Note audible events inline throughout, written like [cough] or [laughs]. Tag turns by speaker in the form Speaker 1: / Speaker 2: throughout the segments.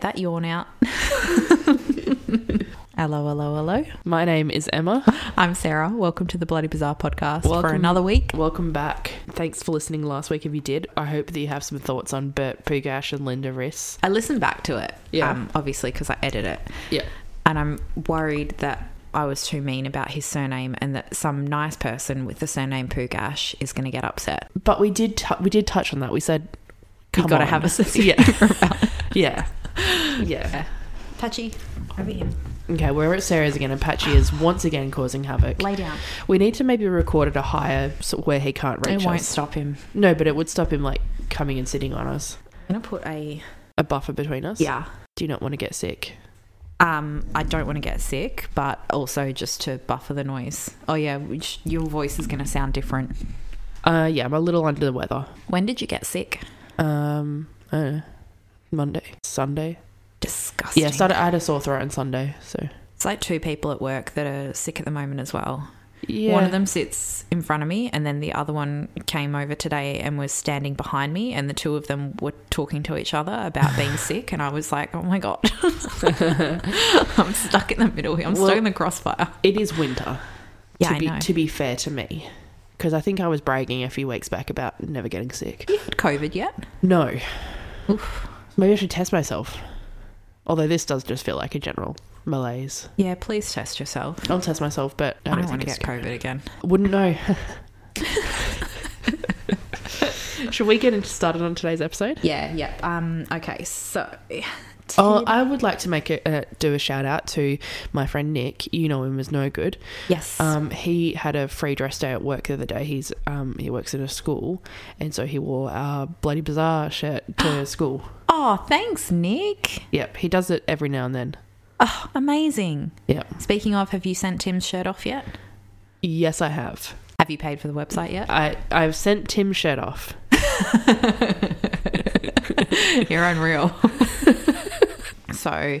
Speaker 1: that yawn
Speaker 2: [laughs]
Speaker 1: out. hello, hello, hello.
Speaker 2: My name is Emma.
Speaker 1: I'm Sarah. Welcome to the Bloody Bizarre podcast for
Speaker 2: Welcome.
Speaker 1: another week.
Speaker 2: Welcome back. Thanks for listening last week if you did. I hope that you have some thoughts on Bert Pugash and Linda Riss.
Speaker 1: I listened back to it,
Speaker 2: Yeah.
Speaker 1: um, obviously, because I edit it.
Speaker 2: Yeah.
Speaker 1: And I'm worried that I was too mean about his surname and that some nice person with the surname Pugash is going to get upset.
Speaker 2: But we did t- we did touch on that. We said
Speaker 1: You
Speaker 2: Come
Speaker 1: gotta
Speaker 2: on. [laughs]
Speaker 1: have a sense of
Speaker 2: Yeah.
Speaker 1: humor about it.
Speaker 2: Yeah. Yeah.
Speaker 1: Patchy, over here.
Speaker 2: Okay, we're at Sarah's again and Patchy is once again causing havoc.
Speaker 1: Lay down.
Speaker 2: We need to maybe record at a higher so where he can't reach
Speaker 1: It won't
Speaker 2: us.
Speaker 1: stop him.
Speaker 2: No, but it would stop him like coming and sitting on us.
Speaker 1: I'm going to put a.
Speaker 2: A buffer between us.
Speaker 1: Yeah.
Speaker 2: Do you not want to get sick?
Speaker 1: Um, I don't want to get sick, but also just to buffer the noise. Oh yeah, which your voice is going to sound different.
Speaker 2: Uh yeah, I'm a little under the weather.
Speaker 1: When did you get sick?
Speaker 2: Um I don't know. Monday. Sunday.
Speaker 1: Disgusting.
Speaker 2: Yeah, started, I had a sore throat on Sunday, so
Speaker 1: it's like two people at work that are sick at the moment as well.
Speaker 2: yeah.
Speaker 1: One of them sits in front of me, and then the other one came over today and was standing behind me, and the two of them were talking to each other about being
Speaker 2: [laughs]
Speaker 1: sick, and I was like, oh my god, I'm stuck in the middle. here. I'm
Speaker 2: Well-
Speaker 1: stuck in the crossfire.
Speaker 2: It is winter.
Speaker 1: Yeah,
Speaker 2: to
Speaker 1: I
Speaker 2: be
Speaker 1: know.
Speaker 2: to be fair to me, because I think I was bragging a few weeks back about never getting sick.
Speaker 1: you had COVID yet?
Speaker 2: No. Maybe I should test myself. Although this does just feel like a general malaise.
Speaker 1: Yeah, please test yourself.
Speaker 2: I'll test myself, but I
Speaker 1: I
Speaker 2: don't,
Speaker 1: don't want to
Speaker 2: think it's
Speaker 1: get COVID again.
Speaker 2: Wouldn't know. [laughs] should we get into started on today's episode?
Speaker 1: Yeah, yeah. Um, okay, so
Speaker 2: Oh, I would like to make a uh, do a shout out to my friend Nick. You know him as no good.
Speaker 1: yes,
Speaker 2: Um, he had a free dress day at work the other day. He's um, he works at a school, and so he wore a bloody bizarre shirt
Speaker 1: [gasps]
Speaker 2: to school.
Speaker 1: Oh, thanks, Nick.
Speaker 2: Yep, he does it every now and then.
Speaker 1: Oh, amazing.
Speaker 2: Yep.
Speaker 1: Speaking of, have you sent Tim's shirt off yet?
Speaker 2: Yes, I have.
Speaker 1: Have you paid for the website
Speaker 2: [laughs]
Speaker 1: yet?
Speaker 2: I I've sent Tim shirt off.
Speaker 1: You're unreal. [laughs] so,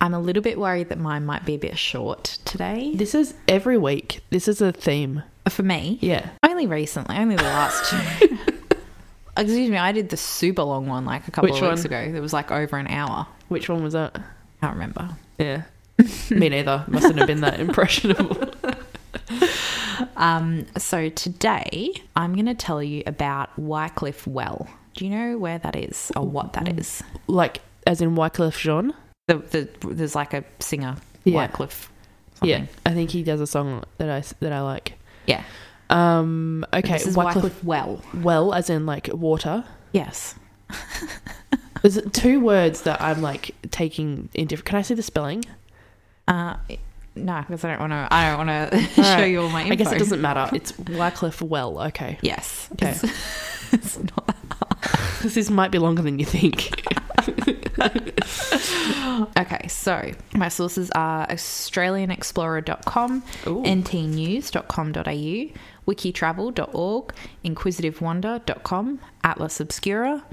Speaker 1: I'm a little bit worried that mine might be a bit short today.
Speaker 2: This is every week. This is a theme.
Speaker 1: For me,
Speaker 2: Yeah.
Speaker 1: only recently, only the last two.
Speaker 2: [laughs]
Speaker 1: Excuse me, I did the super long one like a couple
Speaker 2: Which
Speaker 1: of weeks
Speaker 2: one?
Speaker 1: ago. It was like over an hour.
Speaker 2: Which one was that?
Speaker 1: I can't remember. [laughs]
Speaker 2: Yeah. Me neither. Mustn't have been that [laughs] impressionable.
Speaker 1: Um, so today I'm going to tell you about Wycliffe Well. Do you know where that is or what
Speaker 2: Mm-hmm.
Speaker 1: that is?
Speaker 2: Like as in Wycliffe Jean.
Speaker 1: The, the there's like a singer
Speaker 2: Yeah.
Speaker 1: Wycliffe.
Speaker 2: Yeah.
Speaker 1: Something.
Speaker 2: I think he does a song that I s- that I like.
Speaker 1: Yeah.
Speaker 2: Um.
Speaker 1: But
Speaker 2: Okay.
Speaker 1: This is Wycliffe,
Speaker 2: Wycliffe,
Speaker 1: Well.
Speaker 2: Well, as in like water.
Speaker 1: Yes.
Speaker 2: There's two words that I'm like taking in different. Can I see the spelling?
Speaker 1: Uh, no, because I don't want to. I don't [laughs] want to show
Speaker 2: right.
Speaker 1: you all my info.
Speaker 2: I guess it doesn't matter. It's Wycliffe Well. Okay. [laughs]
Speaker 1: Yes.
Speaker 2: Okay.
Speaker 1: It's, it's [laughs] not.
Speaker 2: this might be longer than you think.
Speaker 1: Okay. So my sources are AustralianExplorer.com,
Speaker 2: Ooh.
Speaker 1: ntnews.com.au, wikitravel.org, inquisitivewonder.com, Atlas Obscura,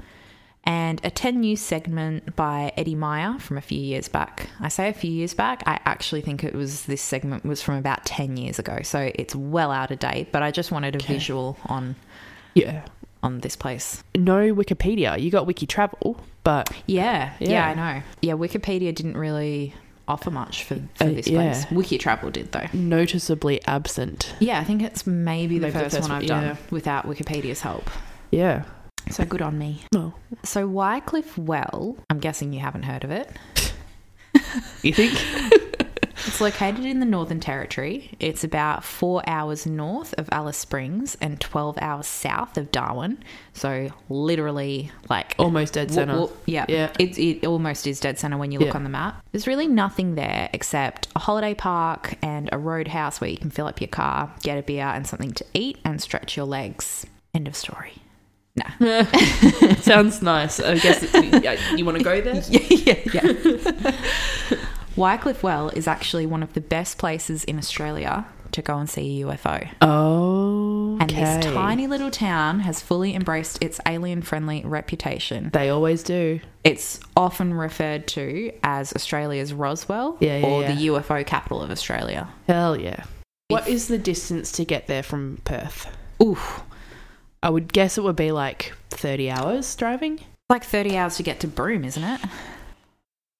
Speaker 1: and a 10 news segment by Eddie Meyer from a few years back. I say a few years back, I actually think it was this segment was from about 10 years ago, so it's well out of date, but I just wanted a visual on
Speaker 2: yeah.
Speaker 1: on this place.
Speaker 2: No Wikipedia. You got Wiki Travel, but
Speaker 1: Yeah, yeah,
Speaker 2: Yeah.
Speaker 1: I know. Yeah, Wikipedia didn't really offer much for, for
Speaker 2: Uh,
Speaker 1: this
Speaker 2: yeah.
Speaker 1: place. Wikitravel did though.
Speaker 2: noticeably absent.
Speaker 1: Yeah, I think it's maybe the,
Speaker 2: Maybe the
Speaker 1: first,
Speaker 2: first
Speaker 1: one
Speaker 2: one,
Speaker 1: I've done
Speaker 2: yeah.
Speaker 1: without Wikipedia's help.
Speaker 2: Yeah.
Speaker 1: So good on me.
Speaker 2: Well,
Speaker 1: So Wycliffe Well, I'm guessing you haven't heard of it.
Speaker 2: you think?
Speaker 1: It's located in the Northern Territory. It's about four hours north of Alice Springs and 12 hours south of Darwin. So literally, like
Speaker 2: Almost dead
Speaker 1: Wo-
Speaker 2: center.
Speaker 1: wo- yeah,
Speaker 2: Oh, Yeah.
Speaker 1: It, it almost is dead center when you look
Speaker 2: Yeah.
Speaker 1: on the map. There's really nothing there except a holiday park and a roadhouse where you can fill up your car, get a beer and something to eat, and stretch your legs. End of story. No.
Speaker 2: Sounds nice. I guess it's, you want to go there?
Speaker 1: [laughs] yeah, yeah, yeah. Wycliffe Well is actually one of the best places in Australia to go and see a UFO.
Speaker 2: Oh.
Speaker 1: And this tiny little town has fully embraced its alien friendly reputation.
Speaker 2: They always do.
Speaker 1: It's often referred to as Australia's Roswell
Speaker 2: Yeah, yeah,
Speaker 1: or
Speaker 2: yeah.
Speaker 1: the UFO capital of Australia.
Speaker 2: Hell yeah. What is the distance to get there from Perth?
Speaker 1: Oof.
Speaker 2: I would guess it would be like 30 hours driving.
Speaker 1: Like 30 hours to get to Broome, isn't it?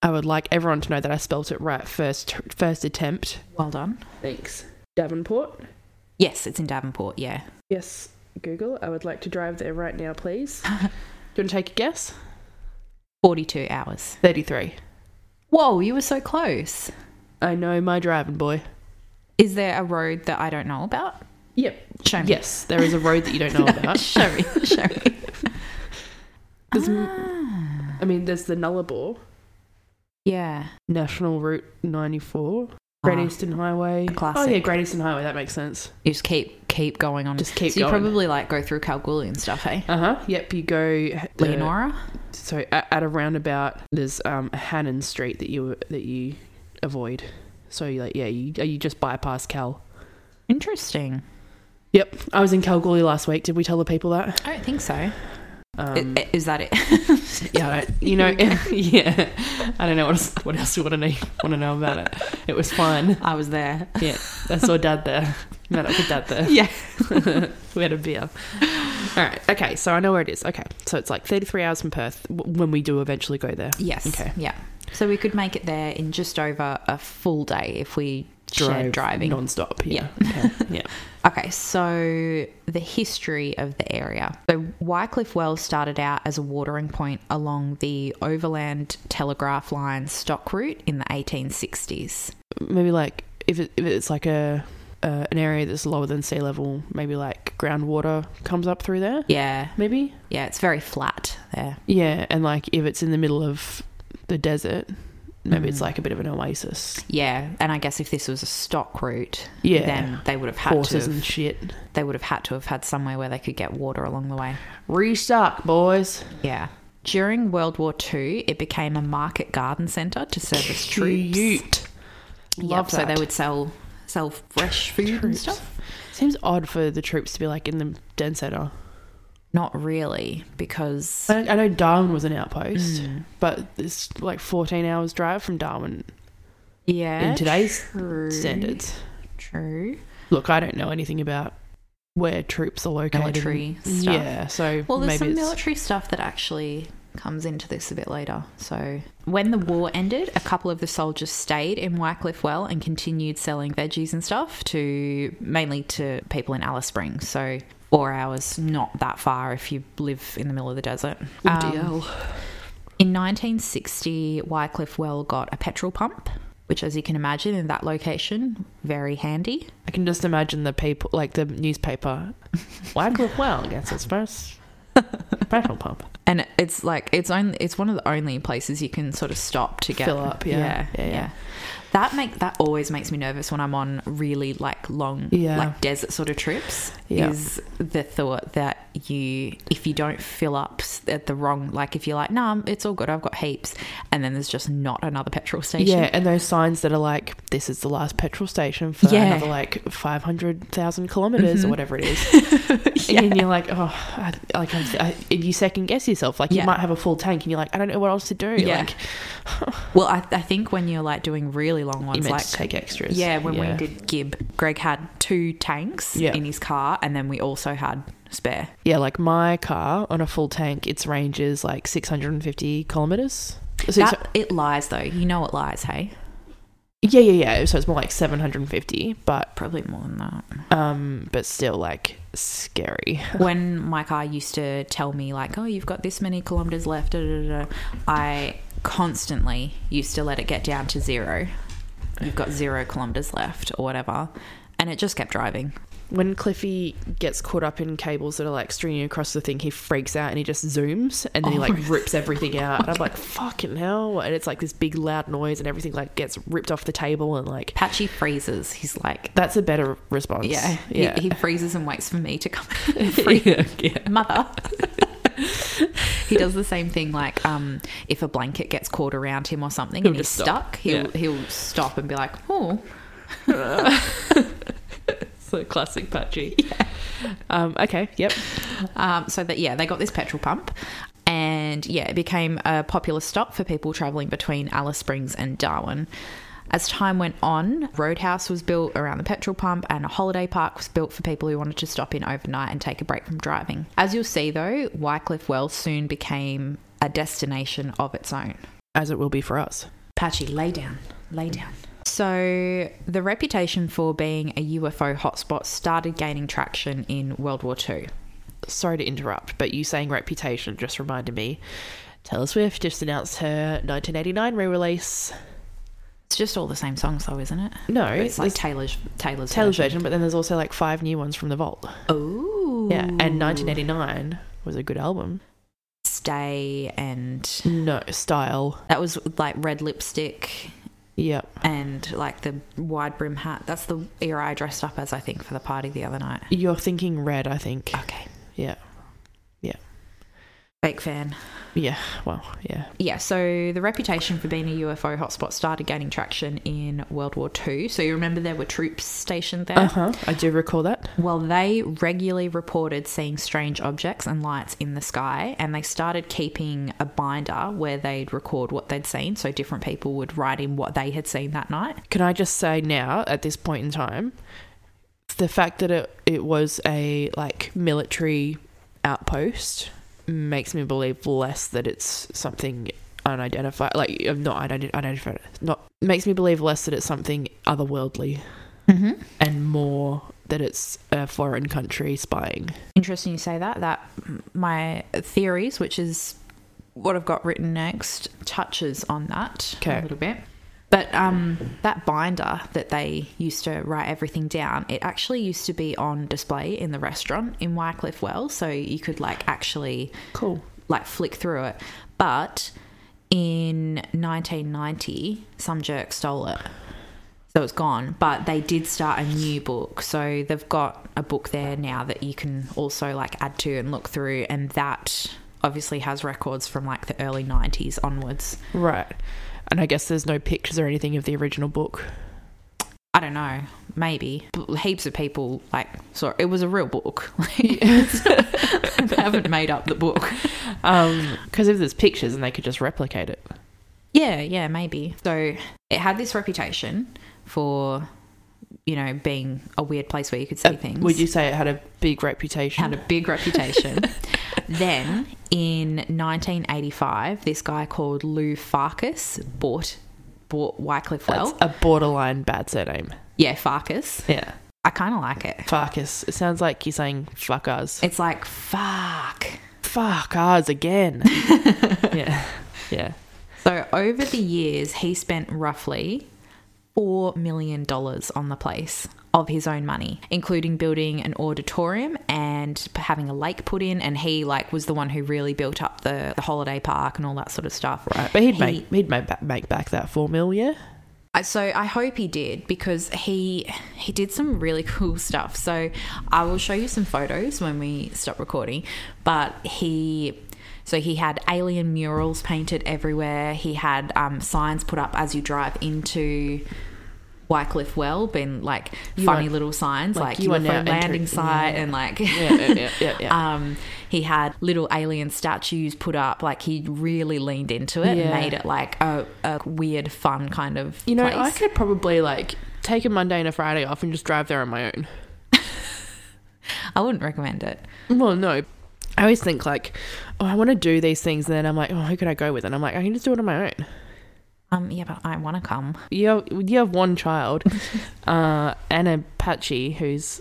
Speaker 2: I would like everyone to know that I spelt it right first first attempt.
Speaker 1: Well done.
Speaker 2: Thanks. Davenport.
Speaker 1: Yes, it's in Davenport. Yeah.
Speaker 2: Yes, Google. I would like to drive there right now, please. Do [laughs] you want to take a guess?
Speaker 1: 42 hours.
Speaker 2: 33.
Speaker 1: Whoa, you were so close.
Speaker 2: I know my driving boy.
Speaker 1: Is there a road that I don't know about?
Speaker 2: Yep.
Speaker 1: Show me.
Speaker 2: Yes, there is a road that
Speaker 1: [laughs]
Speaker 2: you don't know about.
Speaker 1: Show me. Show [laughs] me.
Speaker 2: There's,
Speaker 1: Ah.
Speaker 2: I mean, there's the Nullarbor
Speaker 1: Yeah.
Speaker 2: National Route 94, Great
Speaker 1: Ah,
Speaker 2: Eastern Highway. Oh yeah,
Speaker 1: classic.
Speaker 2: Great Eastern Highway. That makes sense.
Speaker 1: You just keep keep going on.
Speaker 2: Just keep
Speaker 1: so
Speaker 2: going.
Speaker 1: you probably like go through Kalgoorlie and stuff, eh?
Speaker 2: Uh huh. Yep. You go uh,
Speaker 1: Leonora.
Speaker 2: So at, at a roundabout, there's um Hannon Street that you that you avoid. So you like yeah, you you just bypass Cal.
Speaker 1: Interesting.
Speaker 2: Yep. I was in Kalgoorlie last week. Did we tell the people that?
Speaker 1: I don't think so. I-
Speaker 2: Um,
Speaker 1: i- Is that it? eh.
Speaker 2: yeah, I don't- you know, [laughs] yeah. I don't know what else, what else you want to know, want to know about it. It was fun.
Speaker 1: [laughs] I was there.
Speaker 2: Yeah, I saw Dad there. Met up with Dad there.
Speaker 1: Yeah.
Speaker 2: [laughs] we had a beer. All right. Okay. So I know where it is. Okay. So it's like 33 hours from Perth w- when we do eventually go there.
Speaker 1: Yes.
Speaker 2: Okay.
Speaker 1: Yeah. So we could make it there in just over a full day if we shared
Speaker 2: Drive
Speaker 1: driving.
Speaker 2: nonstop. Yeah. Okay. Yeah.
Speaker 1: Okay, so the history of the area. So Wycliffe Wells started out as a watering point along the Overland Telegraph Line stock route in the 1860s.
Speaker 2: Maybe like if, it, if it's like a uh, an area that's lower than sea level, maybe like groundwater comes up through there.
Speaker 1: Yeah,
Speaker 2: Maybe.
Speaker 1: yeah, it's very flat there.
Speaker 2: Yeah, and like if it's in the middle of the desert, maybe it's like a bit of an oasis.
Speaker 1: Yeah, and I guess if this was a stock route,
Speaker 2: Yeah.
Speaker 1: then they would have had
Speaker 2: Horses
Speaker 1: to. Have,
Speaker 2: and shit.
Speaker 1: they would have had to have had somewhere where they could get water along the way.
Speaker 2: Restock, boys.
Speaker 1: Yeah. During World War II, it became a market garden centre to service troops.
Speaker 2: Cute.
Speaker 1: Yep,
Speaker 2: Love
Speaker 1: so they
Speaker 2: that.
Speaker 1: would sell sell fresh food and
Speaker 2: Troops.
Speaker 1: stuff.
Speaker 2: Seems odd for the troops to be like in the den center.
Speaker 1: Not really, because Mm.
Speaker 2: I, I know Darwin was an outpost, but it's like 14 hours drive from Darwin
Speaker 1: yeah,
Speaker 2: in today's
Speaker 1: true,
Speaker 2: standards.
Speaker 1: true
Speaker 2: Look, I don't know anything about where troops are located.
Speaker 1: military stuff.
Speaker 2: Yeah, so
Speaker 1: Well, there's
Speaker 2: maybe
Speaker 1: some
Speaker 2: it's
Speaker 1: military stuff that actually comes into this a bit later. So, when the war ended, a couple of the soldiers stayed in Wycliffe Well and continued selling veggies and stuff to mainly to people in Alice Springs. So, four hours, not that far if you live in the middle of the desert.
Speaker 2: Oh,
Speaker 1: Um,
Speaker 2: DL.
Speaker 1: In 1960, Wycliffe Well got a petrol pump, which, as you can imagine, in that location, very handy.
Speaker 2: I can just imagine the people, like
Speaker 1: [laughs]
Speaker 2: the newspaper. Wycliffe Well gets its first petrol pump.
Speaker 1: And it's like it's only it's one of the only places you can sort of stop to get
Speaker 2: Fill up, yeah.
Speaker 1: yeah,
Speaker 2: Yeah, yeah.
Speaker 1: yeah. That make that always makes me nervous when I'm on really like long,
Speaker 2: Yeah.
Speaker 1: like desert sort of trips.
Speaker 2: Yeah.
Speaker 1: Is the thought that you if you don't fill up s- at the wrong like if you're like nah it's all good I've got heaps and then there's just not another petrol station.
Speaker 2: Yeah, and those signs that are like, this is the last petrol station for
Speaker 1: Yeah. Mm-hmm.
Speaker 2: another like 500,000 kilometers or whatever it is.
Speaker 1: [laughs]
Speaker 2: And you're like, oh, I, like I'm, I, and you second guess yourself. Like,
Speaker 1: Yeah.
Speaker 2: you might have a full tank and you're like, I don't know what else to do.
Speaker 1: Yeah.
Speaker 2: Like,
Speaker 1: Well, I, I think when you're like doing really long
Speaker 2: you
Speaker 1: ones,
Speaker 2: meant
Speaker 1: like
Speaker 2: to take extras.
Speaker 1: yeah, when we did Gib, Greg had two tanks
Speaker 2: Yeah.
Speaker 1: in his car, and then we also had spare.
Speaker 2: Yeah, like my car on a full tank, its range is like 650 kilometers. So it's-
Speaker 1: That, it lies though. You know it lies, hey?
Speaker 2: yeah, yeah, yeah. So it's more like 750, but
Speaker 1: Probably more than that.
Speaker 2: um, but still like scary. [laughs]
Speaker 1: when my car used to tell me like, "Oh, you've got this many kilometers left," da, da, da, da, I constantly used to let it get down to zero. You've got zero kilometers left, or whatever, and it just kept driving.
Speaker 2: When Cliffy gets caught up in cables that are like stringing across the thing, he freaks out and he just zooms and then he [laughs] like rips everything out. And I'm like, fucking hell. And it's like this big loud noise and everything like gets ripped off the table and like,
Speaker 1: Patchy freezes. He's like,
Speaker 2: that's a better response.
Speaker 1: "Yeah, He-
Speaker 2: Yeah.
Speaker 1: He, freezes and waits for me to come. [laughs]
Speaker 2: [laughs]
Speaker 1: Freeze. mother. he does the same thing like um, if a blanket gets caught around him or something
Speaker 2: He'll
Speaker 1: and he's
Speaker 2: just stop.
Speaker 1: stuck, he'll
Speaker 2: Yeah.
Speaker 1: he'll stop and be like, "Oh,
Speaker 2: It's a classic patchy. Um, okay. Yep.
Speaker 1: Um, so that yeah, they got this petrol pump, and yeah, it became a popular stop for people traveling between Alice Springs and Darwin. As time went on, Roadhouse was built around the petrol pump, and a holiday park was built for people who wanted to stop in overnight and take a break from driving. As you'll see, though, Wycliffe Wells soon became a destination of its own.
Speaker 2: as it will be for us.
Speaker 1: Patchy, lay down, lay down. So, the reputation for being a UFO hotspot started gaining traction in World War II.
Speaker 2: Sorry to interrupt, but you saying reputation just reminded me. Taylor Swift just announced her 1989 re release.
Speaker 1: It's just all the same songs, though, isn't it?
Speaker 2: No,
Speaker 1: It's like
Speaker 2: there's
Speaker 1: Taylor's Taylor's,
Speaker 2: Taylor's version, but then there's also like five new ones from the vault.
Speaker 1: Oh,
Speaker 2: Yeah, and 1989 was a good album.
Speaker 1: Stay and
Speaker 2: No, style.
Speaker 1: that was like red lipstick
Speaker 2: Yep.
Speaker 1: and like the wide brim hat. That's the era I dressed up as, I think, for the party the other night.
Speaker 2: You're thinking red, I think.
Speaker 1: Okay,
Speaker 2: Yeah.
Speaker 1: fake fan.
Speaker 2: Yeah. Well, yeah.
Speaker 1: yeah, so the reputation for being a UFO hotspot started gaining traction in World War II. So you remember there were troops stationed there?
Speaker 2: Uh huh. I do recall that.
Speaker 1: Well, they regularly reported seeing strange objects and lights in the sky, and they started keeping a binder where they'd record what they'd seen. So different people would write in what they had seen that night.
Speaker 2: Can I just say now, at this point in time, the fact that it, it was a like military outpost makes me believe less that it's something unidentified, like uh, not identi- identified, not makes me believe less that it's something otherworldly
Speaker 1: Mm-hmm.
Speaker 2: and more that it's a foreign country spying.
Speaker 1: Interesting you say that. That my theories, which is what I've got written next, touches on that
Speaker 2: Okay.
Speaker 1: a little bit. But um, that binder that they used to write everything down, it actually used to be on display in the restaurant in Wycliffe Wells, so you could like actually
Speaker 2: Cool.
Speaker 1: like flick through it. But in 1990, some jerk stole it. So it's gone, but they did start a new book. So they've got a book there now that you can also like add to and look through and that obviously has records from like the early 90s onwards.
Speaker 2: Right. And I guess there's no pictures or anything of the original book.
Speaker 1: I don't know, maybe. But heaps of people like saw it was a real book. [laughs] Like, it's- they haven't made up the book.
Speaker 2: [laughs] Um, because if there's pictures and they could just replicate it.
Speaker 1: Yeah, yeah, maybe. So it had this reputation for, you know, being a weird place where you could see
Speaker 2: Uh,
Speaker 1: things.
Speaker 2: Would you say it had a big reputation?
Speaker 1: had a big reputation. [laughs] then in 1985, this guy called Lou Farkas bought bought Wycliffe
Speaker 2: That's
Speaker 1: Well.
Speaker 2: a borderline bad surname.
Speaker 1: Yeah, Farkas.
Speaker 2: Yeah.
Speaker 1: I kind of like it.
Speaker 2: Farkas. It sounds like you're saying fuck us.
Speaker 1: It's like fuck.
Speaker 2: Fuck us again. [laughs] yeah. Yeah.
Speaker 1: So over the years, he spent roughly $4 million on the place of his own money, including building an auditorium and having a lake put in. And he like was the one who really built up the, the holiday park and all that sort of stuff.
Speaker 2: Right. But he'd
Speaker 1: He-
Speaker 2: make he'd make back, make back that four mil, yeah?
Speaker 1: Uh, So I hope he did because he he did some really [laughs] cool stuff. So I will show you some photos when we stop recording. But he so he had alien murals painted everywhere. He had um, signs put up as you drive into Wycliffe Well, been like
Speaker 2: You
Speaker 1: funny
Speaker 2: are-
Speaker 1: little signs like,
Speaker 2: like, you are
Speaker 1: UFO
Speaker 2: now entering-
Speaker 1: landing site and like
Speaker 2: Yeah, yeah, yeah, yeah,
Speaker 1: [laughs]
Speaker 2: yeah.
Speaker 1: um, he had little alien statues put up. Like he really leaned into it
Speaker 2: Yeah.
Speaker 1: and made it like a, a weird, fun kind of.
Speaker 2: You know,
Speaker 1: place.
Speaker 2: I could probably like take a Monday and a Friday off and just drive there on my own.
Speaker 1: I wouldn't recommend it.
Speaker 2: Well, no. I always think like, oh, I want to do these things, and then I'm like, oh, who could I go with? And I'm like, I can just do it on my own.
Speaker 1: Um, yeah, but I want to come.
Speaker 2: You have, you have one [laughs] child, uh, and a patchy who's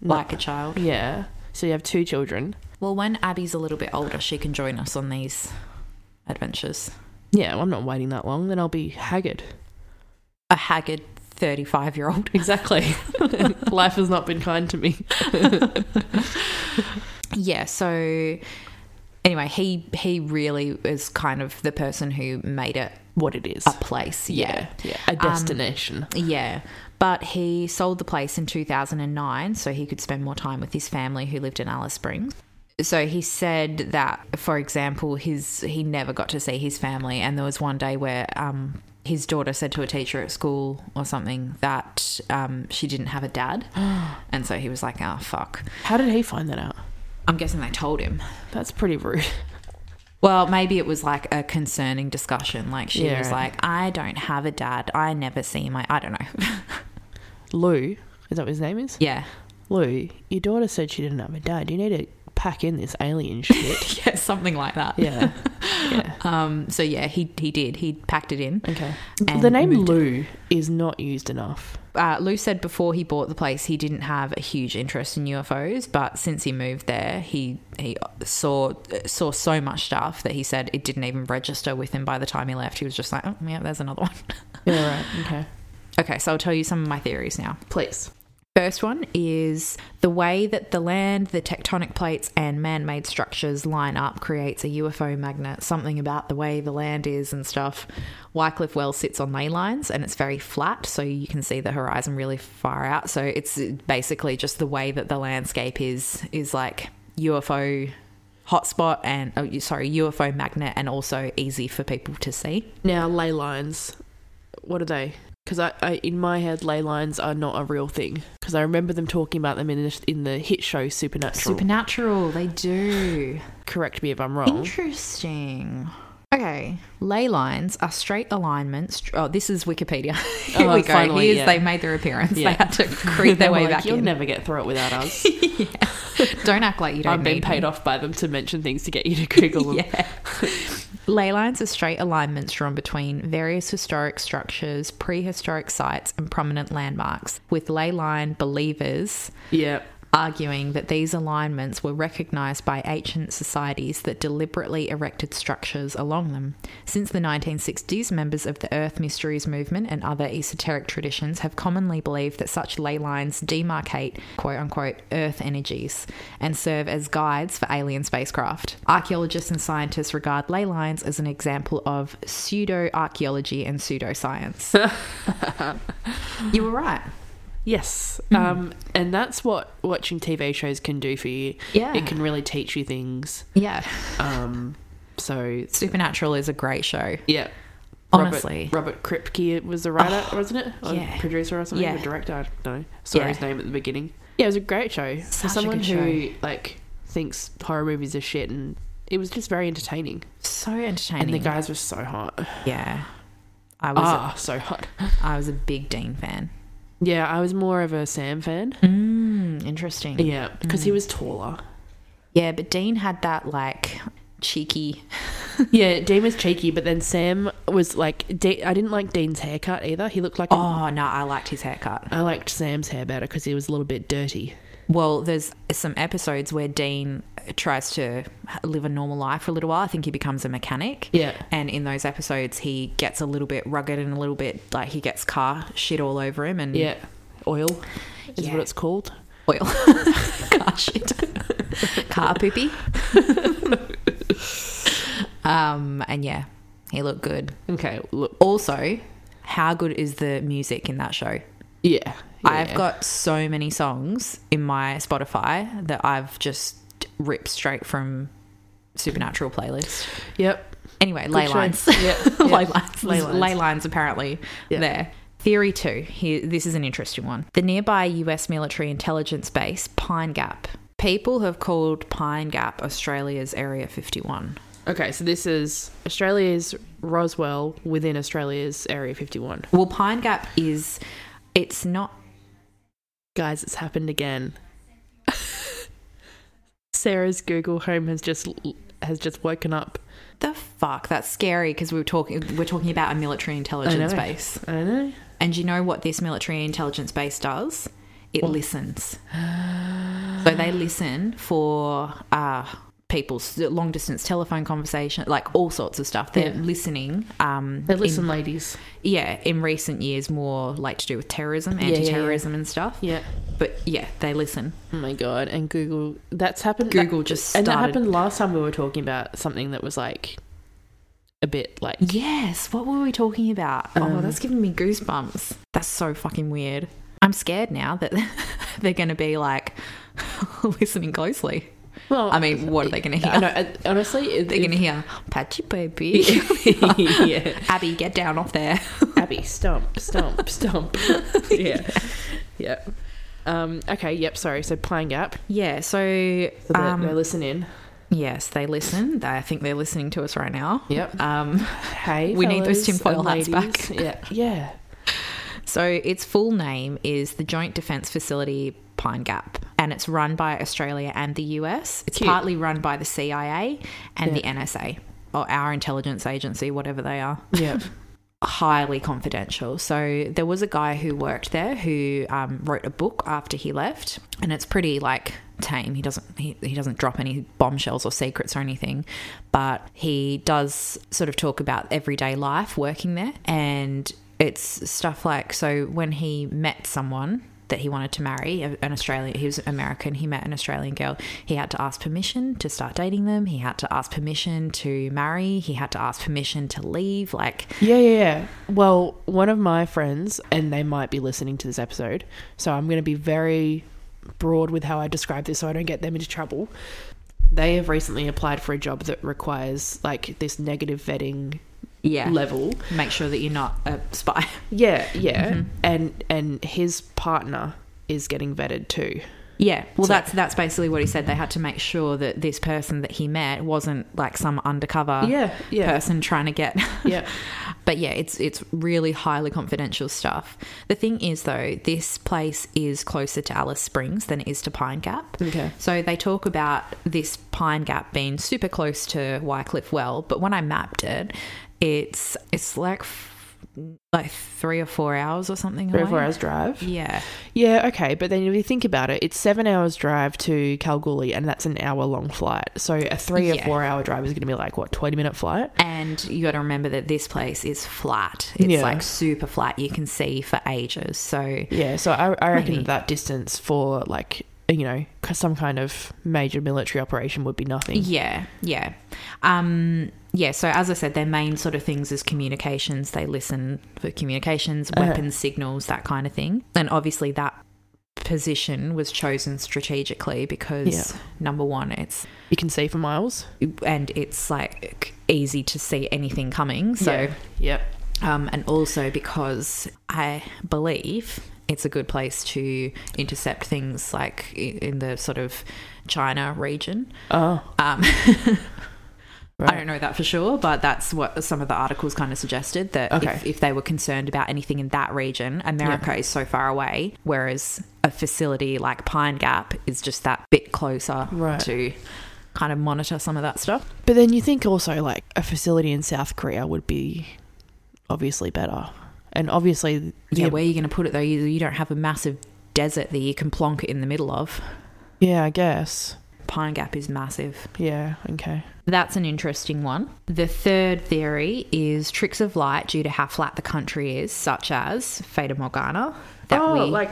Speaker 1: Like a child.
Speaker 2: yeah. So you have two children.
Speaker 1: Well, when Abby's a little bit older, she can join us on these adventures.
Speaker 2: Yeah, well, I'm not waiting that long. Then I'll be haggard.
Speaker 1: A haggard thirty-five-year-old. [laughs]
Speaker 2: Exactly. [laughs] Life has not been kind to me.
Speaker 1: Yeah. So, anyway, he he really is kind of the person who made it
Speaker 2: What it is.
Speaker 1: a place. yeah.
Speaker 2: yeah. Um, A destination.
Speaker 1: Yeah. But he sold the place in 2009 so he could spend more time with his family who lived in Alice Springs. So he said that, for example, his he never got to see his family, and there was one day where um, his daughter said to a teacher at school or something that um, she didn't have a dad, and so he was like, "Oh fuck!"
Speaker 2: How did he find that out?
Speaker 1: I'm guessing they told him.
Speaker 2: That's pretty rude. [laughs]
Speaker 1: Well, maybe it was like a concerning discussion. Like she
Speaker 2: Yeah,
Speaker 1: was
Speaker 2: right.
Speaker 1: like, "I don't have a dad. I never see my. I don't know." [laughs]
Speaker 2: Lou, is that what his name is?
Speaker 1: yeah, [laughs]
Speaker 2: Lou, your daughter said she didn't have a dad. You need to pack in this alien shit.
Speaker 1: yeah, something like that.
Speaker 2: [laughs] yeah. Yeah.
Speaker 1: Um, so yeah, he he did. He packed it in.
Speaker 2: Okay.
Speaker 1: And
Speaker 2: the name
Speaker 1: moved it.
Speaker 2: Lou is not used enough.
Speaker 1: Uh, Lou said before he bought the place, he didn't have a huge interest in UFOs, but since he moved there, he he saw saw so much stuff that he said it didn't even register with him. By the time he left, he was just like, oh yeah, there's another one. [laughs]
Speaker 2: Yeah, right. Okay.
Speaker 1: okay, so I'll tell you some of my theories now.
Speaker 2: Please.
Speaker 1: First one is the way that the land, the tectonic plates, and man made structures line up creates a UFO magnet. Something about the way the land is and stuff. Wycliffe Well sits on ley lines and it's very flat, so you can see the horizon really far out. So it's basically just the way that the landscape is, is like UFO hotspot and, oh, sorry, UFO magnet and also easy for people to see.
Speaker 2: Now, ley lines. What are they? Because I, I, in my head, ley lines are not a real thing. Because I remember them talking about them in the, in the hit show Supernatural.
Speaker 1: Supernatural, they do.
Speaker 2: Correct me if I'm wrong.
Speaker 1: Interesting. Okay, ley lines are straight alignments. Oh, this is Wikipedia. [laughs] Here
Speaker 2: Oh,
Speaker 1: we go.
Speaker 2: finally,
Speaker 1: Here's
Speaker 2: yeah.
Speaker 1: they made their appearance.
Speaker 2: Yeah.
Speaker 1: They had to creep their
Speaker 2: [laughs] They're
Speaker 1: way
Speaker 2: like,
Speaker 1: back
Speaker 2: You'll
Speaker 1: in.
Speaker 2: never get through
Speaker 1: [laughs]
Speaker 2: it without us.
Speaker 1: Don't act like you don't.
Speaker 2: I've been
Speaker 1: need
Speaker 2: paid
Speaker 1: me.
Speaker 2: off by them to mention things to get you to
Speaker 1: [laughs]
Speaker 2: Google them.
Speaker 1: Yeah. ley lines are straight alignments drawn between various historic structures, prehistoric sites, and prominent landmarks. With ley line believers
Speaker 2: Yeah.
Speaker 1: arguing that these alignments were recognized by ancient societies that deliberately erected structures along them. Since the 1960s, members of the Earth Mysteries movement and other esoteric traditions have commonly believed that such ley lines demarcate quote unquote Earth energies and serve as guides for alien spacecraft. Archaeologists and scientists regard ley lines as an example of pseudo archaeology and pseudoscience. you were right.
Speaker 2: Yes.
Speaker 1: Mm.
Speaker 2: Um, and that's what watching TV shows can do for you.
Speaker 1: Yeah.
Speaker 2: It can really teach you things.
Speaker 1: Yeah.
Speaker 2: Um, so,
Speaker 1: Supernatural is a great show.
Speaker 2: yeah.
Speaker 1: Honestly. Oh,
Speaker 2: Robert, Robert Kripke was the writer, wasn't it? Or
Speaker 1: yeah.
Speaker 2: producer or something?
Speaker 1: Yeah.
Speaker 2: Or director? I don't know. Saw
Speaker 1: Yeah.
Speaker 2: his name at the beginning. Yeah, it was a great show.
Speaker 1: Such
Speaker 2: for
Speaker 1: a
Speaker 2: someone
Speaker 1: good
Speaker 2: who, like, thinks horror movies are shit and it was just very entertaining.
Speaker 1: so entertaining.
Speaker 2: And the guys were so hot.
Speaker 1: yeah, I was
Speaker 2: Ah, [laughs] so hot.
Speaker 1: a, I was a big Dean fan.
Speaker 2: Yeah, I was more of a Sam fan.
Speaker 1: Mm, interesting. Yeah.
Speaker 2: Yeah, because
Speaker 1: Hmm.
Speaker 2: he was taller.
Speaker 1: but Dean had that like cheeky.
Speaker 2: Yeah, Dean was cheeky, but then Sam was like, De- I didn't like Dean's haircut either. He looked like
Speaker 1: [laughs]
Speaker 2: a-
Speaker 1: Oh no, I liked his haircut.
Speaker 2: I liked Sam's hair better because he was a little bit dirty.
Speaker 1: Well, there's some episodes where Dean tries to live a normal life for a little while. I think he becomes a mechanic.
Speaker 2: Yeah.
Speaker 1: And in those episodes, he gets a little bit rugged and a little bit like he gets car shit all over him and
Speaker 2: Yeah, oil is
Speaker 1: Hmm. Yeah.
Speaker 2: what it's called.
Speaker 1: oil, [laughs] car shit, [laughs] car poopy. um, and yeah, he looked good.
Speaker 2: Okay, look,
Speaker 1: Also, how good is the music in that show?
Speaker 2: yeah,
Speaker 1: I've
Speaker 2: yeah.
Speaker 1: got so many songs in my Spotify that I've just ripped straight from Supernatural playlist.
Speaker 2: Yep.
Speaker 1: Anyway, ley
Speaker 2: show.
Speaker 1: lines.
Speaker 2: [laughs] Yeah, yeah.
Speaker 1: [laughs] ley lines.
Speaker 2: Ley
Speaker 1: Ley
Speaker 2: lines.
Speaker 1: lines, apparently,
Speaker 2: Yeah.
Speaker 1: there. Theory two. Here, this is an interesting one. The nearby US military intelligence base, Pine Gap. People have called Pine Gap Australia's Area 51.
Speaker 2: Okay, so this is Australia's Roswell within Australia's Area 51.
Speaker 1: Well, Pine Gap is, it's not
Speaker 2: Guys, it's happened again. [laughs] Sarah's Google Home has just has just woken up.
Speaker 1: the fuck that's scary because we were talking we're talking about a military intelligence
Speaker 2: know.
Speaker 1: base
Speaker 2: I don't know.
Speaker 1: and you know what this military intelligence base does it listens so they listen for uh people's long distance telephone conversation like all sorts of stuff they're
Speaker 2: Yeah.
Speaker 1: listening um
Speaker 2: They
Speaker 1: in-
Speaker 2: listen, ladies.
Speaker 1: yeah in recent years more like to do with terrorism
Speaker 2: yeah, yeah.
Speaker 1: anti-terrorism and stuff
Speaker 2: Yeah.
Speaker 1: but yeah they listen
Speaker 2: Oh my god! And Google, that's happened.
Speaker 1: Google
Speaker 2: that-
Speaker 1: just
Speaker 2: and that
Speaker 1: started-
Speaker 2: happened last time we were talking about something that was like a bit like
Speaker 1: Yes. What were we talking about?
Speaker 2: Um,
Speaker 1: oh, that's giving me goosebumps. That's so fucking weird. I'm scared now that [laughs] they're going to be like [laughs] listening closely.
Speaker 2: Well,
Speaker 1: I mean, what are they going to
Speaker 2: I
Speaker 1: hear?
Speaker 2: know. uh, Honestly, it,
Speaker 1: They're going to hear, Patchy [laughs] baby.
Speaker 2: [laughs] yeah.
Speaker 1: Abby, get down off there.
Speaker 2: Abby, stomp, stomp, [laughs] stomp. yeah, yeah. Um, okay. Yep. Sorry. So playing gap.
Speaker 1: [laughs] Yeah. So,
Speaker 2: So they,
Speaker 1: um,
Speaker 2: they listen in.
Speaker 1: yes, they listen. They, I think they're listening to us right now.
Speaker 2: Yep.
Speaker 1: Um,
Speaker 2: uh,
Speaker 1: [laughs]
Speaker 2: Hey,
Speaker 1: we need those
Speaker 2: fellas
Speaker 1: tinfoil
Speaker 2: and
Speaker 1: hats
Speaker 2: ladies.
Speaker 1: back.
Speaker 2: Yeah. Yeah.
Speaker 1: So its full name is the Joint Defence Facility Pine Gap, and it's run by Australia and the US. It's
Speaker 2: Cute.
Speaker 1: partly run by the CIA and the NSA. or our intelligence agency, whatever they are,
Speaker 2: Yeah.
Speaker 1: highly confidential. So there was a guy who worked there who um, wrote a book after he left, and it's pretty like tame. He doesn't he, he doesn't drop any bombshells or secrets or anything, but he does sort of talk about everyday life working there, and it's stuff like so when he met someone that he wanted to marry a- an Australian. He was American. He met an Australian girl. He had to ask permission to start dating them. He had to ask permission to marry. He had to ask permission to leave. Like
Speaker 2: [laughs] Yeah, yeah, yeah. Well, one of my friends, and they might be listening to this episode, so I'm going to be very broad with how I describe this so I don't get them into trouble. They have recently applied for a job that requires like this negative vetting
Speaker 1: yeah,
Speaker 2: level.
Speaker 1: make sure that you're not a
Speaker 2: [laughs]
Speaker 1: spy.
Speaker 2: Yeah, yeah.
Speaker 1: Mm-hmm.
Speaker 2: And and his partner is getting vetted too.
Speaker 1: Yeah, well,
Speaker 2: So-
Speaker 1: that's that's basically what he said. They had to make sure that this person that he met wasn't like some undercover
Speaker 2: Yeah, yeah.
Speaker 1: person trying to get. [laughs]
Speaker 2: Yeah.
Speaker 1: but yeah, it's it's really highly confidential stuff. The thing is, though, this place is closer to Alice Springs than it is to Pine Gap.
Speaker 2: Okay.
Speaker 1: So they talk about this Pine Gap being super close to Wycliffe Well, but when I mapped it, it's it's like f- like three or four hours or something.
Speaker 2: Three or
Speaker 1: away.
Speaker 2: four hours drive.
Speaker 1: Yeah.
Speaker 2: Yeah, okay. But then if you think about it, it's seven hours drive to Kalgoorlie and that's an hour long flight. So a three or
Speaker 1: Yeah.
Speaker 2: four hour drive is going to be like, what, 20 minute flight?
Speaker 1: And you got to remember that this place is flat. It's
Speaker 2: Yeah.
Speaker 1: like super flat. You can see for ages. So
Speaker 2: Yeah, so I, I reckon
Speaker 1: Maybe.
Speaker 2: that distance for like you know 'cause some kind of major military operation would be nothing.
Speaker 1: yeah, yeah, um, yeah. So as I said, their main sort of things is communications. They listen for communications,
Speaker 2: Uh-huh.
Speaker 1: weapons, signals, that kind of thing. And obviously that position was chosen strategically because
Speaker 2: Yeah.
Speaker 1: number one, it's
Speaker 2: You can see for miles.
Speaker 1: and it's like easy to see anything coming. So.
Speaker 2: yep,
Speaker 1: um, and also because I believe it's a good place to intercept things like i- in the sort of China region.
Speaker 2: oh,
Speaker 1: Um, I
Speaker 2: Right.
Speaker 1: don't know that for sure, but that's what some of the articles kind of suggested that
Speaker 2: Okay.
Speaker 1: if, if they were concerned about anything in that region, America is so far away, whereas a facility like Pine Gap is just that bit closer
Speaker 2: Right.
Speaker 1: to kind of monitor some of that stuff.
Speaker 2: but then you think also like a facility in South Korea would be obviously better, and obviously
Speaker 1: Yeah,
Speaker 2: the-
Speaker 1: where are you going to put it though? You, you don't have a massive desert that you can plonk it in the middle of.
Speaker 2: yeah, I guess
Speaker 1: Pine Gap is massive.
Speaker 2: yeah, okay,
Speaker 1: That's an interesting one. The third theory is tricks of light due to how flat the country is, such as Fata Morgana. That
Speaker 2: Oh,
Speaker 1: we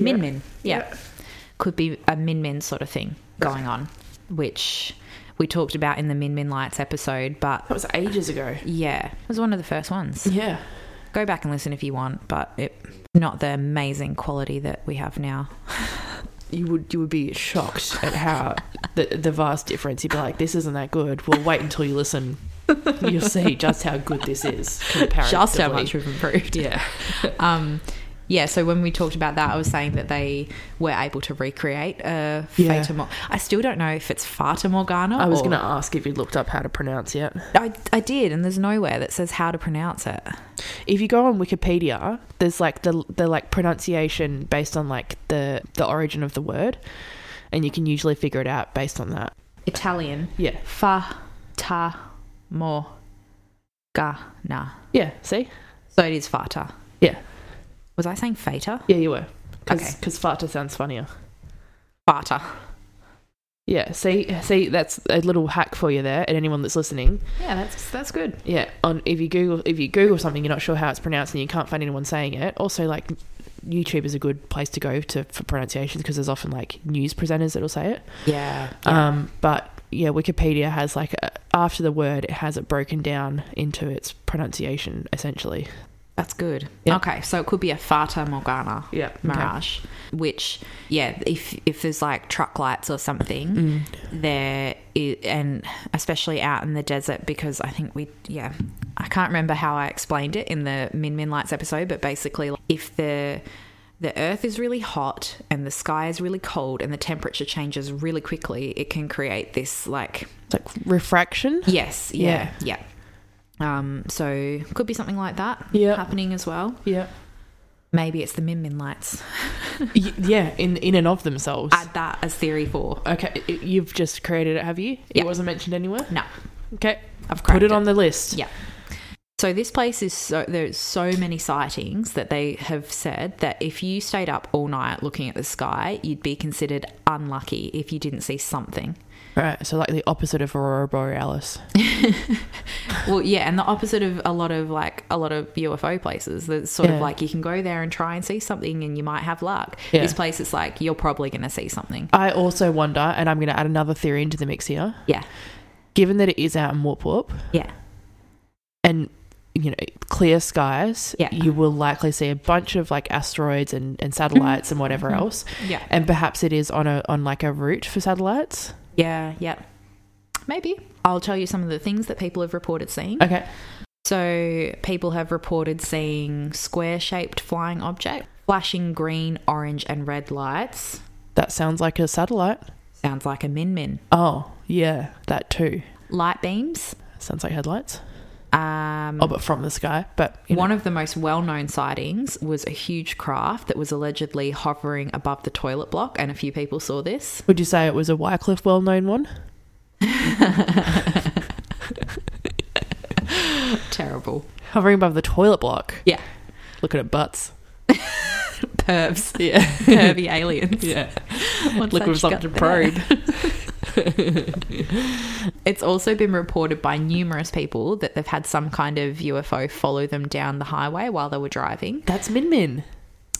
Speaker 1: Min Min, Oh, yeah. could be a Min Min sort of thing going on, which we talked about in the Min Min Lights episode. But
Speaker 2: that was ages ago.
Speaker 1: yeah, it was one of the first ones.
Speaker 2: Yeah,
Speaker 1: Go back and listen if you want, but it not the amazing quality that we have now.
Speaker 2: you would you would be shocked at how the the vast difference. You'd be like, this isn't that good. Well, wait until you listen. You'll see just how good this is.
Speaker 1: [laughs]
Speaker 2: Comparatively.
Speaker 1: Just how much we've improved.
Speaker 2: Yeah.
Speaker 1: [laughs] um, yeah, so when we talked about that, I was saying that they were able to recreate a
Speaker 2: Yeah.
Speaker 1: Fata Mor- I still don't know if it's Fata Morgana.
Speaker 2: I was
Speaker 1: or-
Speaker 2: going to ask if you looked up how to pronounce it.
Speaker 1: I, I did, and there's nowhere that says how to pronounce it.
Speaker 2: If you go on Wikipedia, there's like the the like pronunciation based on like the the origin of the word, and you can usually figure it out based on that.
Speaker 1: Italian.
Speaker 2: Yeah.
Speaker 1: Fata Morgana.
Speaker 2: Yeah. See.
Speaker 1: So it is Fata.
Speaker 2: Yeah.
Speaker 1: Was I saying Fata?
Speaker 2: Yeah, you were. Cause,
Speaker 1: Okay.
Speaker 2: Because Fata sounds funnier.
Speaker 1: Fata.
Speaker 2: Yeah. See. See. That's a little hack for you there, and anyone that's listening.
Speaker 1: Yeah, that's that's good.
Speaker 2: Yeah, on if you Google if you Google something, you're not sure how it's pronounced, and you can't find anyone saying it. Also, like YouTube is a good place to go to for pronunciations because there's often like news presenters that'll say it.
Speaker 1: Yeah.
Speaker 2: Um, but yeah, Wikipedia has like a, after the word, it has it broken down into its pronunciation essentially.
Speaker 1: That's good.
Speaker 2: Yeah.
Speaker 1: Okay, so it could be a Fata Morgana.
Speaker 2: Yeah,
Speaker 1: mirage which yeah if if there's like truck lights or something there i and especially out in the desert because i think we yeah i can't remember how i explained it in the min min lights episode but basically like, if the the earth is really hot and the sky is really cold and the temperature changes really quickly it can create this like
Speaker 2: It's like
Speaker 1: [laughs]
Speaker 2: refraction.
Speaker 1: yes yeah yeah, um so could be something like that
Speaker 2: Yeah.
Speaker 1: happening as well
Speaker 2: Yeah,
Speaker 1: maybe it's the min min lights
Speaker 2: yeah, in in and of themselves.
Speaker 1: add that as theory four
Speaker 2: okay, y- you've just created it, have you?
Speaker 1: Yeah.
Speaker 2: It wasn't mentioned anywhere.
Speaker 1: No.
Speaker 2: Okay.
Speaker 1: I've cracked
Speaker 2: Put it on the list.
Speaker 1: Yeah. So this place is so there's so many sightings that they have said that if you stayed up all night looking at the sky, you'd be considered unlucky if you didn't see something.
Speaker 2: All right. So like the opposite of aurora borealis.
Speaker 1: Well, yeah, and the opposite of a lot of like a lot of UFO places. That's sort
Speaker 2: Yeah.
Speaker 1: of like you can go there and try and see something, and you might have luck.
Speaker 2: Yeah.
Speaker 1: This place is like you're probably going to see something.
Speaker 2: I also wonder, and I'm going to add another theory into the mix here.
Speaker 1: Yeah,
Speaker 2: Given that it is out in Whoop Whoop
Speaker 1: yeah,
Speaker 2: and you know clear skies,
Speaker 1: Yeah.
Speaker 2: you will likely see a bunch of like asteroids and, and satellites and whatever else.
Speaker 1: yeah,
Speaker 2: And perhaps it is on a on like a route for satellites.
Speaker 1: yeah, yeah. Maybe I'll tell you some of the things that people have reported seeing.
Speaker 2: Okay.
Speaker 1: So, people have reported seeing square shaped flying object, flashing green, orange, and red lights.
Speaker 2: That sounds like a satellite.
Speaker 1: Sounds like a min min.
Speaker 2: Oh, yeah, that too.
Speaker 1: Light beams.
Speaker 2: Sounds like headlights.
Speaker 1: Um,
Speaker 2: Oh, but from the sky. But you know.
Speaker 1: one of the most well known sightings was a huge craft that was allegedly hovering above the toilet block, and a few people saw this.
Speaker 2: would you say it was a Wycliffe well known one? [laughs]
Speaker 1: Terrible.
Speaker 2: Hovering above the toilet block.
Speaker 1: Yeah.
Speaker 2: Looking at butts.
Speaker 1: Pervs.
Speaker 2: Yeah. [laughs]
Speaker 1: Pervy aliens.
Speaker 2: Yeah.
Speaker 1: What's
Speaker 2: Looking
Speaker 1: that you
Speaker 2: for something to
Speaker 1: got there?
Speaker 2: probe.
Speaker 1: It's also been reported by numerous people that they've had some kind of UFO follow them down the highway while they were driving.
Speaker 2: That's Min Min.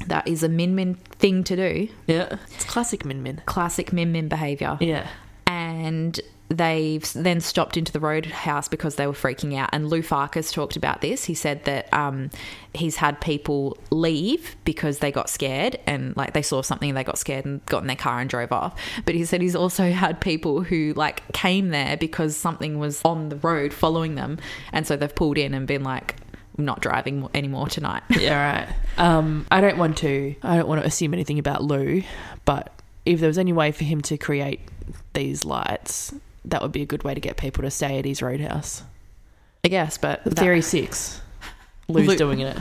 Speaker 1: That is a Min Min thing to do.
Speaker 2: Yeah. It's classic Min Min.
Speaker 1: Classic Min Min behavior.
Speaker 2: Yeah.
Speaker 1: And they've then stopped into the roadhouse because they were freaking out. And Lou Farkas talked about this. He said that um, he's had people leave because they got scared and like they saw something and they got scared and got in their car and drove off. But he said he's also [laughs] had people who like came there because something was on the road following them. And so they've pulled in and been like, I'm not driving anymore tonight. [laughs]
Speaker 2: Yeah, right. Um, I don't want to. I don't want to assume anything about Lou, but if there was any way for him to create these lights, that would be a good way to get people to stay at his roadhouse.
Speaker 1: I guess, but that-
Speaker 2: Theory six. Lou's
Speaker 1: Lou-
Speaker 2: doing it.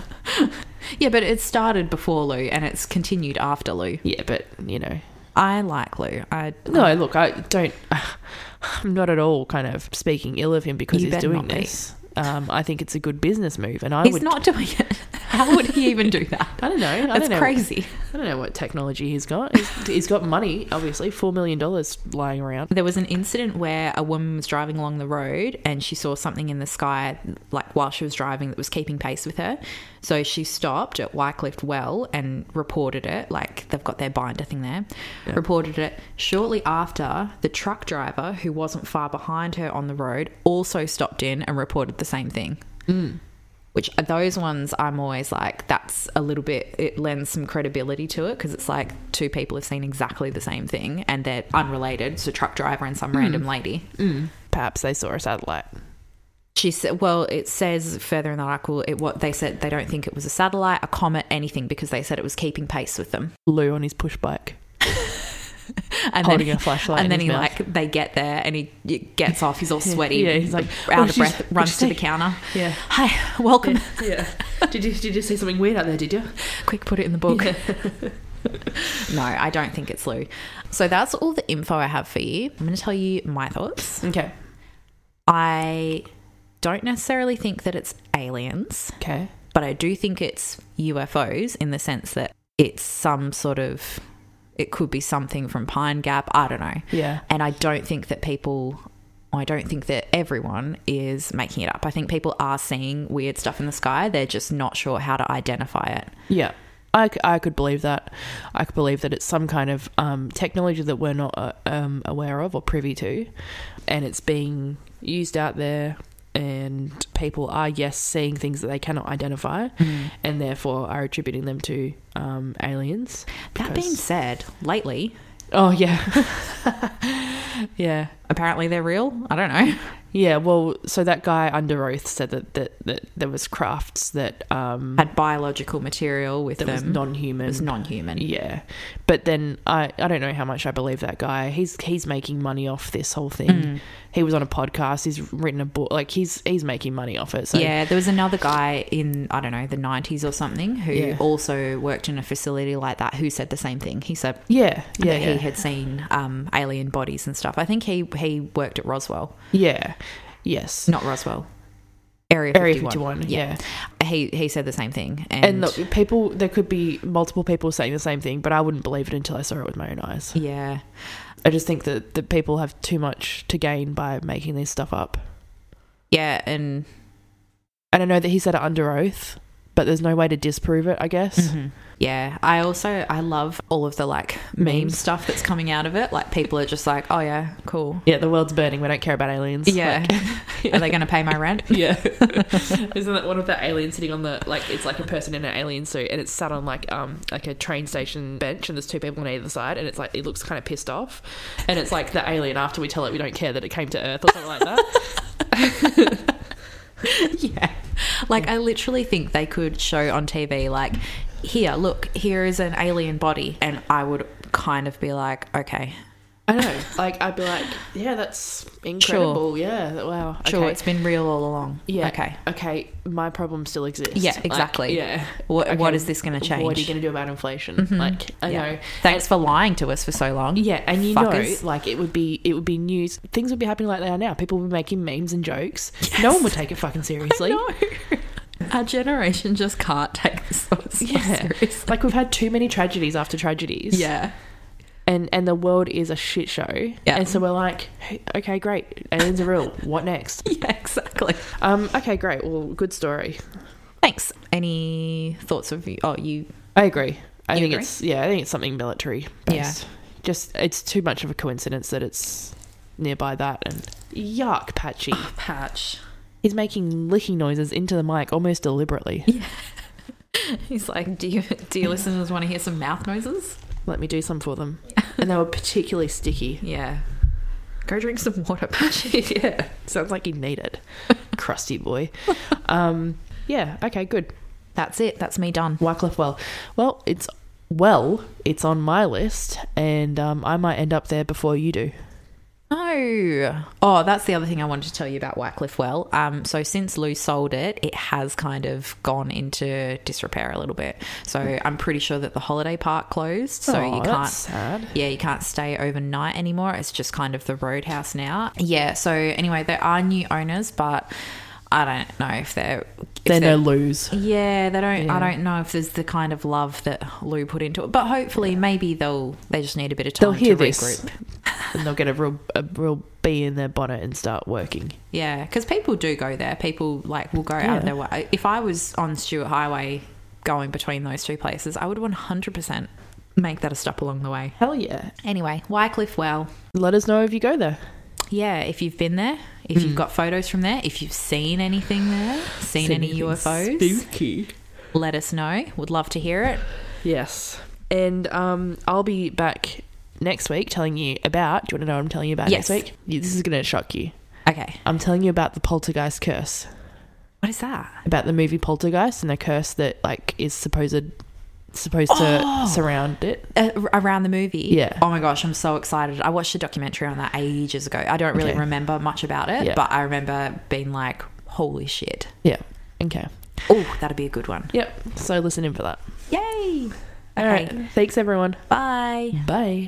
Speaker 1: Yeah, but it started before Lou and it's continued after Lou.
Speaker 2: Yeah, but you know,
Speaker 1: I like Lou. I
Speaker 2: no. Look, I don't. [sighs] I'm not at all kind of speaking ill of him because
Speaker 1: You
Speaker 2: he's
Speaker 1: better
Speaker 2: doing
Speaker 1: not be.
Speaker 2: this. Um, I think it's a good business move, and I
Speaker 1: he's
Speaker 2: would.
Speaker 1: [laughs] not doing it. How would he even do [laughs] that?
Speaker 2: I don't know. I
Speaker 1: That's
Speaker 2: don't know.
Speaker 1: crazy.
Speaker 2: I don't know what technology he's got. He's, he's got money, obviously, four million dollars lying around.
Speaker 1: There was an incident where a woman was driving along the road and she saw something in the sky, like while she was driving, that was keeping pace with her. So she stopped at Wycliffe Well and reported it. Like they've got their binder thing there. Reported it. Shortly after, the truck driver, who wasn't far behind her on the road, also stopped in and reported the same thing. Which are those ones I'm always like, that's a little bit, it lends some credibility to it because it's like two people have seen exactly the same thing and they're unrelated. So, truck driver and
Speaker 2: Hmm.
Speaker 1: some random lady.
Speaker 2: Perhaps they saw a satellite.
Speaker 1: She said, well, it says further in the article, it what they said they don't think it was a satellite, a comet, anything because they said it was keeping pace with them.
Speaker 2: Lou on his push bike,
Speaker 1: [laughs] And
Speaker 2: holding
Speaker 1: then,
Speaker 2: a flashlight.
Speaker 1: and
Speaker 2: in
Speaker 1: then
Speaker 2: his
Speaker 1: he,
Speaker 2: mouth.
Speaker 1: like, they get there and he, he gets off. He's all sweaty.
Speaker 2: [laughs] Yeah, he's like,
Speaker 1: out
Speaker 2: "Oh,
Speaker 1: of
Speaker 2: [laughs] she's-
Speaker 1: breath,
Speaker 2: what'd
Speaker 1: runs
Speaker 2: she
Speaker 1: to the
Speaker 2: say?"
Speaker 1: counter.
Speaker 2: yeah,
Speaker 1: Hi, welcome.
Speaker 2: yeah. [laughs] Did you did you see something weird out there? Did you?
Speaker 1: quick put it in the book [laughs] no i don't think it's lou so that's all the info i have for you i'm going to tell you my thoughts
Speaker 2: Okay,
Speaker 1: i don't necessarily think that it's aliens
Speaker 2: okay.
Speaker 1: but i do think it's ufos in the sense that it's some sort of it could be something from pine gap i don't know
Speaker 2: Yeah,
Speaker 1: and I don't think that people, I don't think that everyone is making it up. I think people are seeing weird stuff in the sky. They're just not sure how to identify it.
Speaker 2: yeah. I, c- I could believe that. I could believe that it's some kind of um, technology that we're not uh, um, aware of or privy to, and it's being used out there. And people are yes seeing things that they cannot identify,
Speaker 1: Mm.
Speaker 2: and therefore are attributing them to um, aliens.
Speaker 1: That
Speaker 2: because-
Speaker 1: being said, lately,
Speaker 2: oh yeah, [laughs] yeah.
Speaker 1: apparently they're real. I don't know.
Speaker 2: Yeah, well, so that guy under oath said that that, that there was crafts that
Speaker 1: [laughs]
Speaker 2: um
Speaker 1: Had biological material with
Speaker 2: that was
Speaker 1: them.
Speaker 2: non-human.
Speaker 1: It was non-human.
Speaker 2: yeah, but then I I don't know how much I believe that guy. He's he's making money off this whole thing.
Speaker 1: Mm.
Speaker 2: He was on a podcast. He's written a book. Like he's he's making money off it. So
Speaker 1: Yeah, there was another guy in I don't know the nineties or something who
Speaker 2: Yeah.
Speaker 1: also worked in a facility like that who said the same thing. He said
Speaker 2: yeah, yeah,
Speaker 1: that
Speaker 2: yeah.
Speaker 1: he had seen um, alien bodies and stuff. I think he he worked at Roswell.
Speaker 2: yeah. Yes.
Speaker 1: not Roswell. Area 51.
Speaker 2: Area 51, yeah.
Speaker 1: He he said the same thing. And,
Speaker 2: And look, people, there could be multiple people saying the same thing, but I wouldn't believe it until I saw it with my own eyes.
Speaker 1: yeah.
Speaker 2: I just think that, that people have too much to gain by making this stuff up.
Speaker 1: Yeah, and
Speaker 2: And I know that he said it under oath, but there's no way to disprove it, I guess.
Speaker 1: yeah, I also I love all of the like meme
Speaker 2: Memes.
Speaker 1: stuff that's coming out of it. Like people are just like, "Oh yeah, cool."
Speaker 2: Yeah, the world's burning. We don't care about
Speaker 1: [laughs]
Speaker 2: aliens.
Speaker 1: Yeah. [laughs] are they going to pay my rent?
Speaker 2: [laughs] Yeah. Isn't that one of the aliens sitting on the like it's like a person in an alien suit and it's sat on like um like a train station bench and there's two people on either side and it's like it looks kind of pissed off and it's like the alien after we tell it we don't care that it came to Earth or something like that.
Speaker 1: yeah. [laughs] Like I literally think they could show on TV like, "Here, look, here is an alien body." And I would kind of be like, "Okay,
Speaker 2: [laughs] I know. Like I'd be like, yeah, that's incredible. Yeah. Wow.
Speaker 1: sure,
Speaker 2: Okay.
Speaker 1: it's been real all along."
Speaker 2: yeah.
Speaker 1: Okay.
Speaker 2: Okay. My problem still exists.
Speaker 1: Yeah,
Speaker 2: Like,
Speaker 1: exactly.
Speaker 2: yeah.
Speaker 1: What what
Speaker 2: Okay,
Speaker 1: is this going to change? Mm-hmm.
Speaker 2: What are you going to do about inflation? Like, I
Speaker 1: Yeah.
Speaker 2: know.
Speaker 1: Thanks for lying to us for so long. [laughs]
Speaker 2: Yeah, and you
Speaker 1: Fuckers.
Speaker 2: know, like it would be, it would be news. Things would be happening like they are now. People would be making memes and jokes. No one would take
Speaker 1: [laughs]
Speaker 2: it fucking seriously.
Speaker 1: Our generation just can't take this [laughs] sort of stuff
Speaker 2: Yeah.
Speaker 1: seriously.
Speaker 2: Like we've had too many tragedies after tragedies.
Speaker 1: Yeah.
Speaker 2: and and the world is a shit show.
Speaker 1: Yeah.
Speaker 2: and so we're like, hey, okay, great, aliens are real. what next?
Speaker 1: [laughs] Yeah, exactly.
Speaker 2: Um, okay, great. Well, good story.
Speaker 1: Thanks. Any thoughts of you? Oh, you.
Speaker 2: I agree. I
Speaker 1: You
Speaker 2: think
Speaker 1: agree?
Speaker 2: it's yeah. I think it's something military. Based. just it's too much of a coincidence that it's nearby that and yuck, Patchy.
Speaker 1: Patch.
Speaker 2: He's making licking noises into the mic almost deliberately.
Speaker 1: [laughs] He's like, do you do your listeners want to hear some mouth noises?
Speaker 2: Let me do some for them. And they were particularly sticky.
Speaker 1: Yeah. Go drink some water, Patch. [laughs] yeah.
Speaker 2: Sounds like he
Speaker 1: [laughs]
Speaker 2: needed. Crusty boy. Um, yeah, okay, good.
Speaker 1: That's it. That's me done.
Speaker 2: Wycliffe Well. Well, it's well, it's on my list, and um, I might end up there before you do.
Speaker 1: No. Oh, that's the other thing I wanted to tell you about Wycliffe Well. Um, so since Lou sold it, it has kind of gone into disrepair a little bit. So I'm pretty sure that the holiday park closed. So
Speaker 2: Aw,
Speaker 1: you
Speaker 2: that's
Speaker 1: can't
Speaker 2: sad.
Speaker 1: yeah, you can't stay overnight anymore. It's just kind of the roadhouse now. Yeah. So anyway, there are new owners, but I don't know if they're if
Speaker 2: They're no lose.
Speaker 1: yeah, they don't. I
Speaker 2: Yeah.
Speaker 1: don't know if there's the kind of love that Lou put into it, but hopefully, maybe they'll. They just need a bit of time
Speaker 2: They'll hear
Speaker 1: to regroup.
Speaker 2: this. [laughs] And they'll get a real, a real bee in their bonnet and start working.
Speaker 1: Yeah, because people do go there. People like will go out of
Speaker 2: Yeah.
Speaker 1: their way. If I was on Stewart Highway going between those two places, I would 100% make that a stop along the way.
Speaker 2: Hell yeah.
Speaker 1: Anyway, Wycliffe Well.
Speaker 2: Let us know if you go there.
Speaker 1: Yeah, if you've been there, if
Speaker 2: Hmm.
Speaker 1: you've got photos from there, if you've seen anything there, seen, any
Speaker 2: anything
Speaker 1: UFOs,
Speaker 2: Spooky.
Speaker 1: let us know. Would love to hear it.
Speaker 2: Yes. And um, I'll be back next week telling you about. Do you want to know what I'm telling you about
Speaker 1: Yes.
Speaker 2: next week? Yeah, This is going to shock you.
Speaker 1: Okay,
Speaker 2: I'm telling you about the poltergeist curse,
Speaker 1: what is that?
Speaker 2: about the movie Poltergeist and the curse that like is supposed supposed
Speaker 1: Oh!
Speaker 2: to surround it.
Speaker 1: Uh, r- around the movie.
Speaker 2: Yeah.
Speaker 1: Oh my gosh, I'm so excited. I watched a documentary on that ages ago. I don't really
Speaker 2: Okay.
Speaker 1: remember much about it,
Speaker 2: Yeah.
Speaker 1: but I remember being like, holy shit.
Speaker 2: Yeah. Okay.
Speaker 1: Oh, that'd be a good one.
Speaker 2: Yep. So listen in for that.
Speaker 1: Yay! Okay.
Speaker 2: All right. Thanks everyone.
Speaker 1: Bye.
Speaker 2: Bye.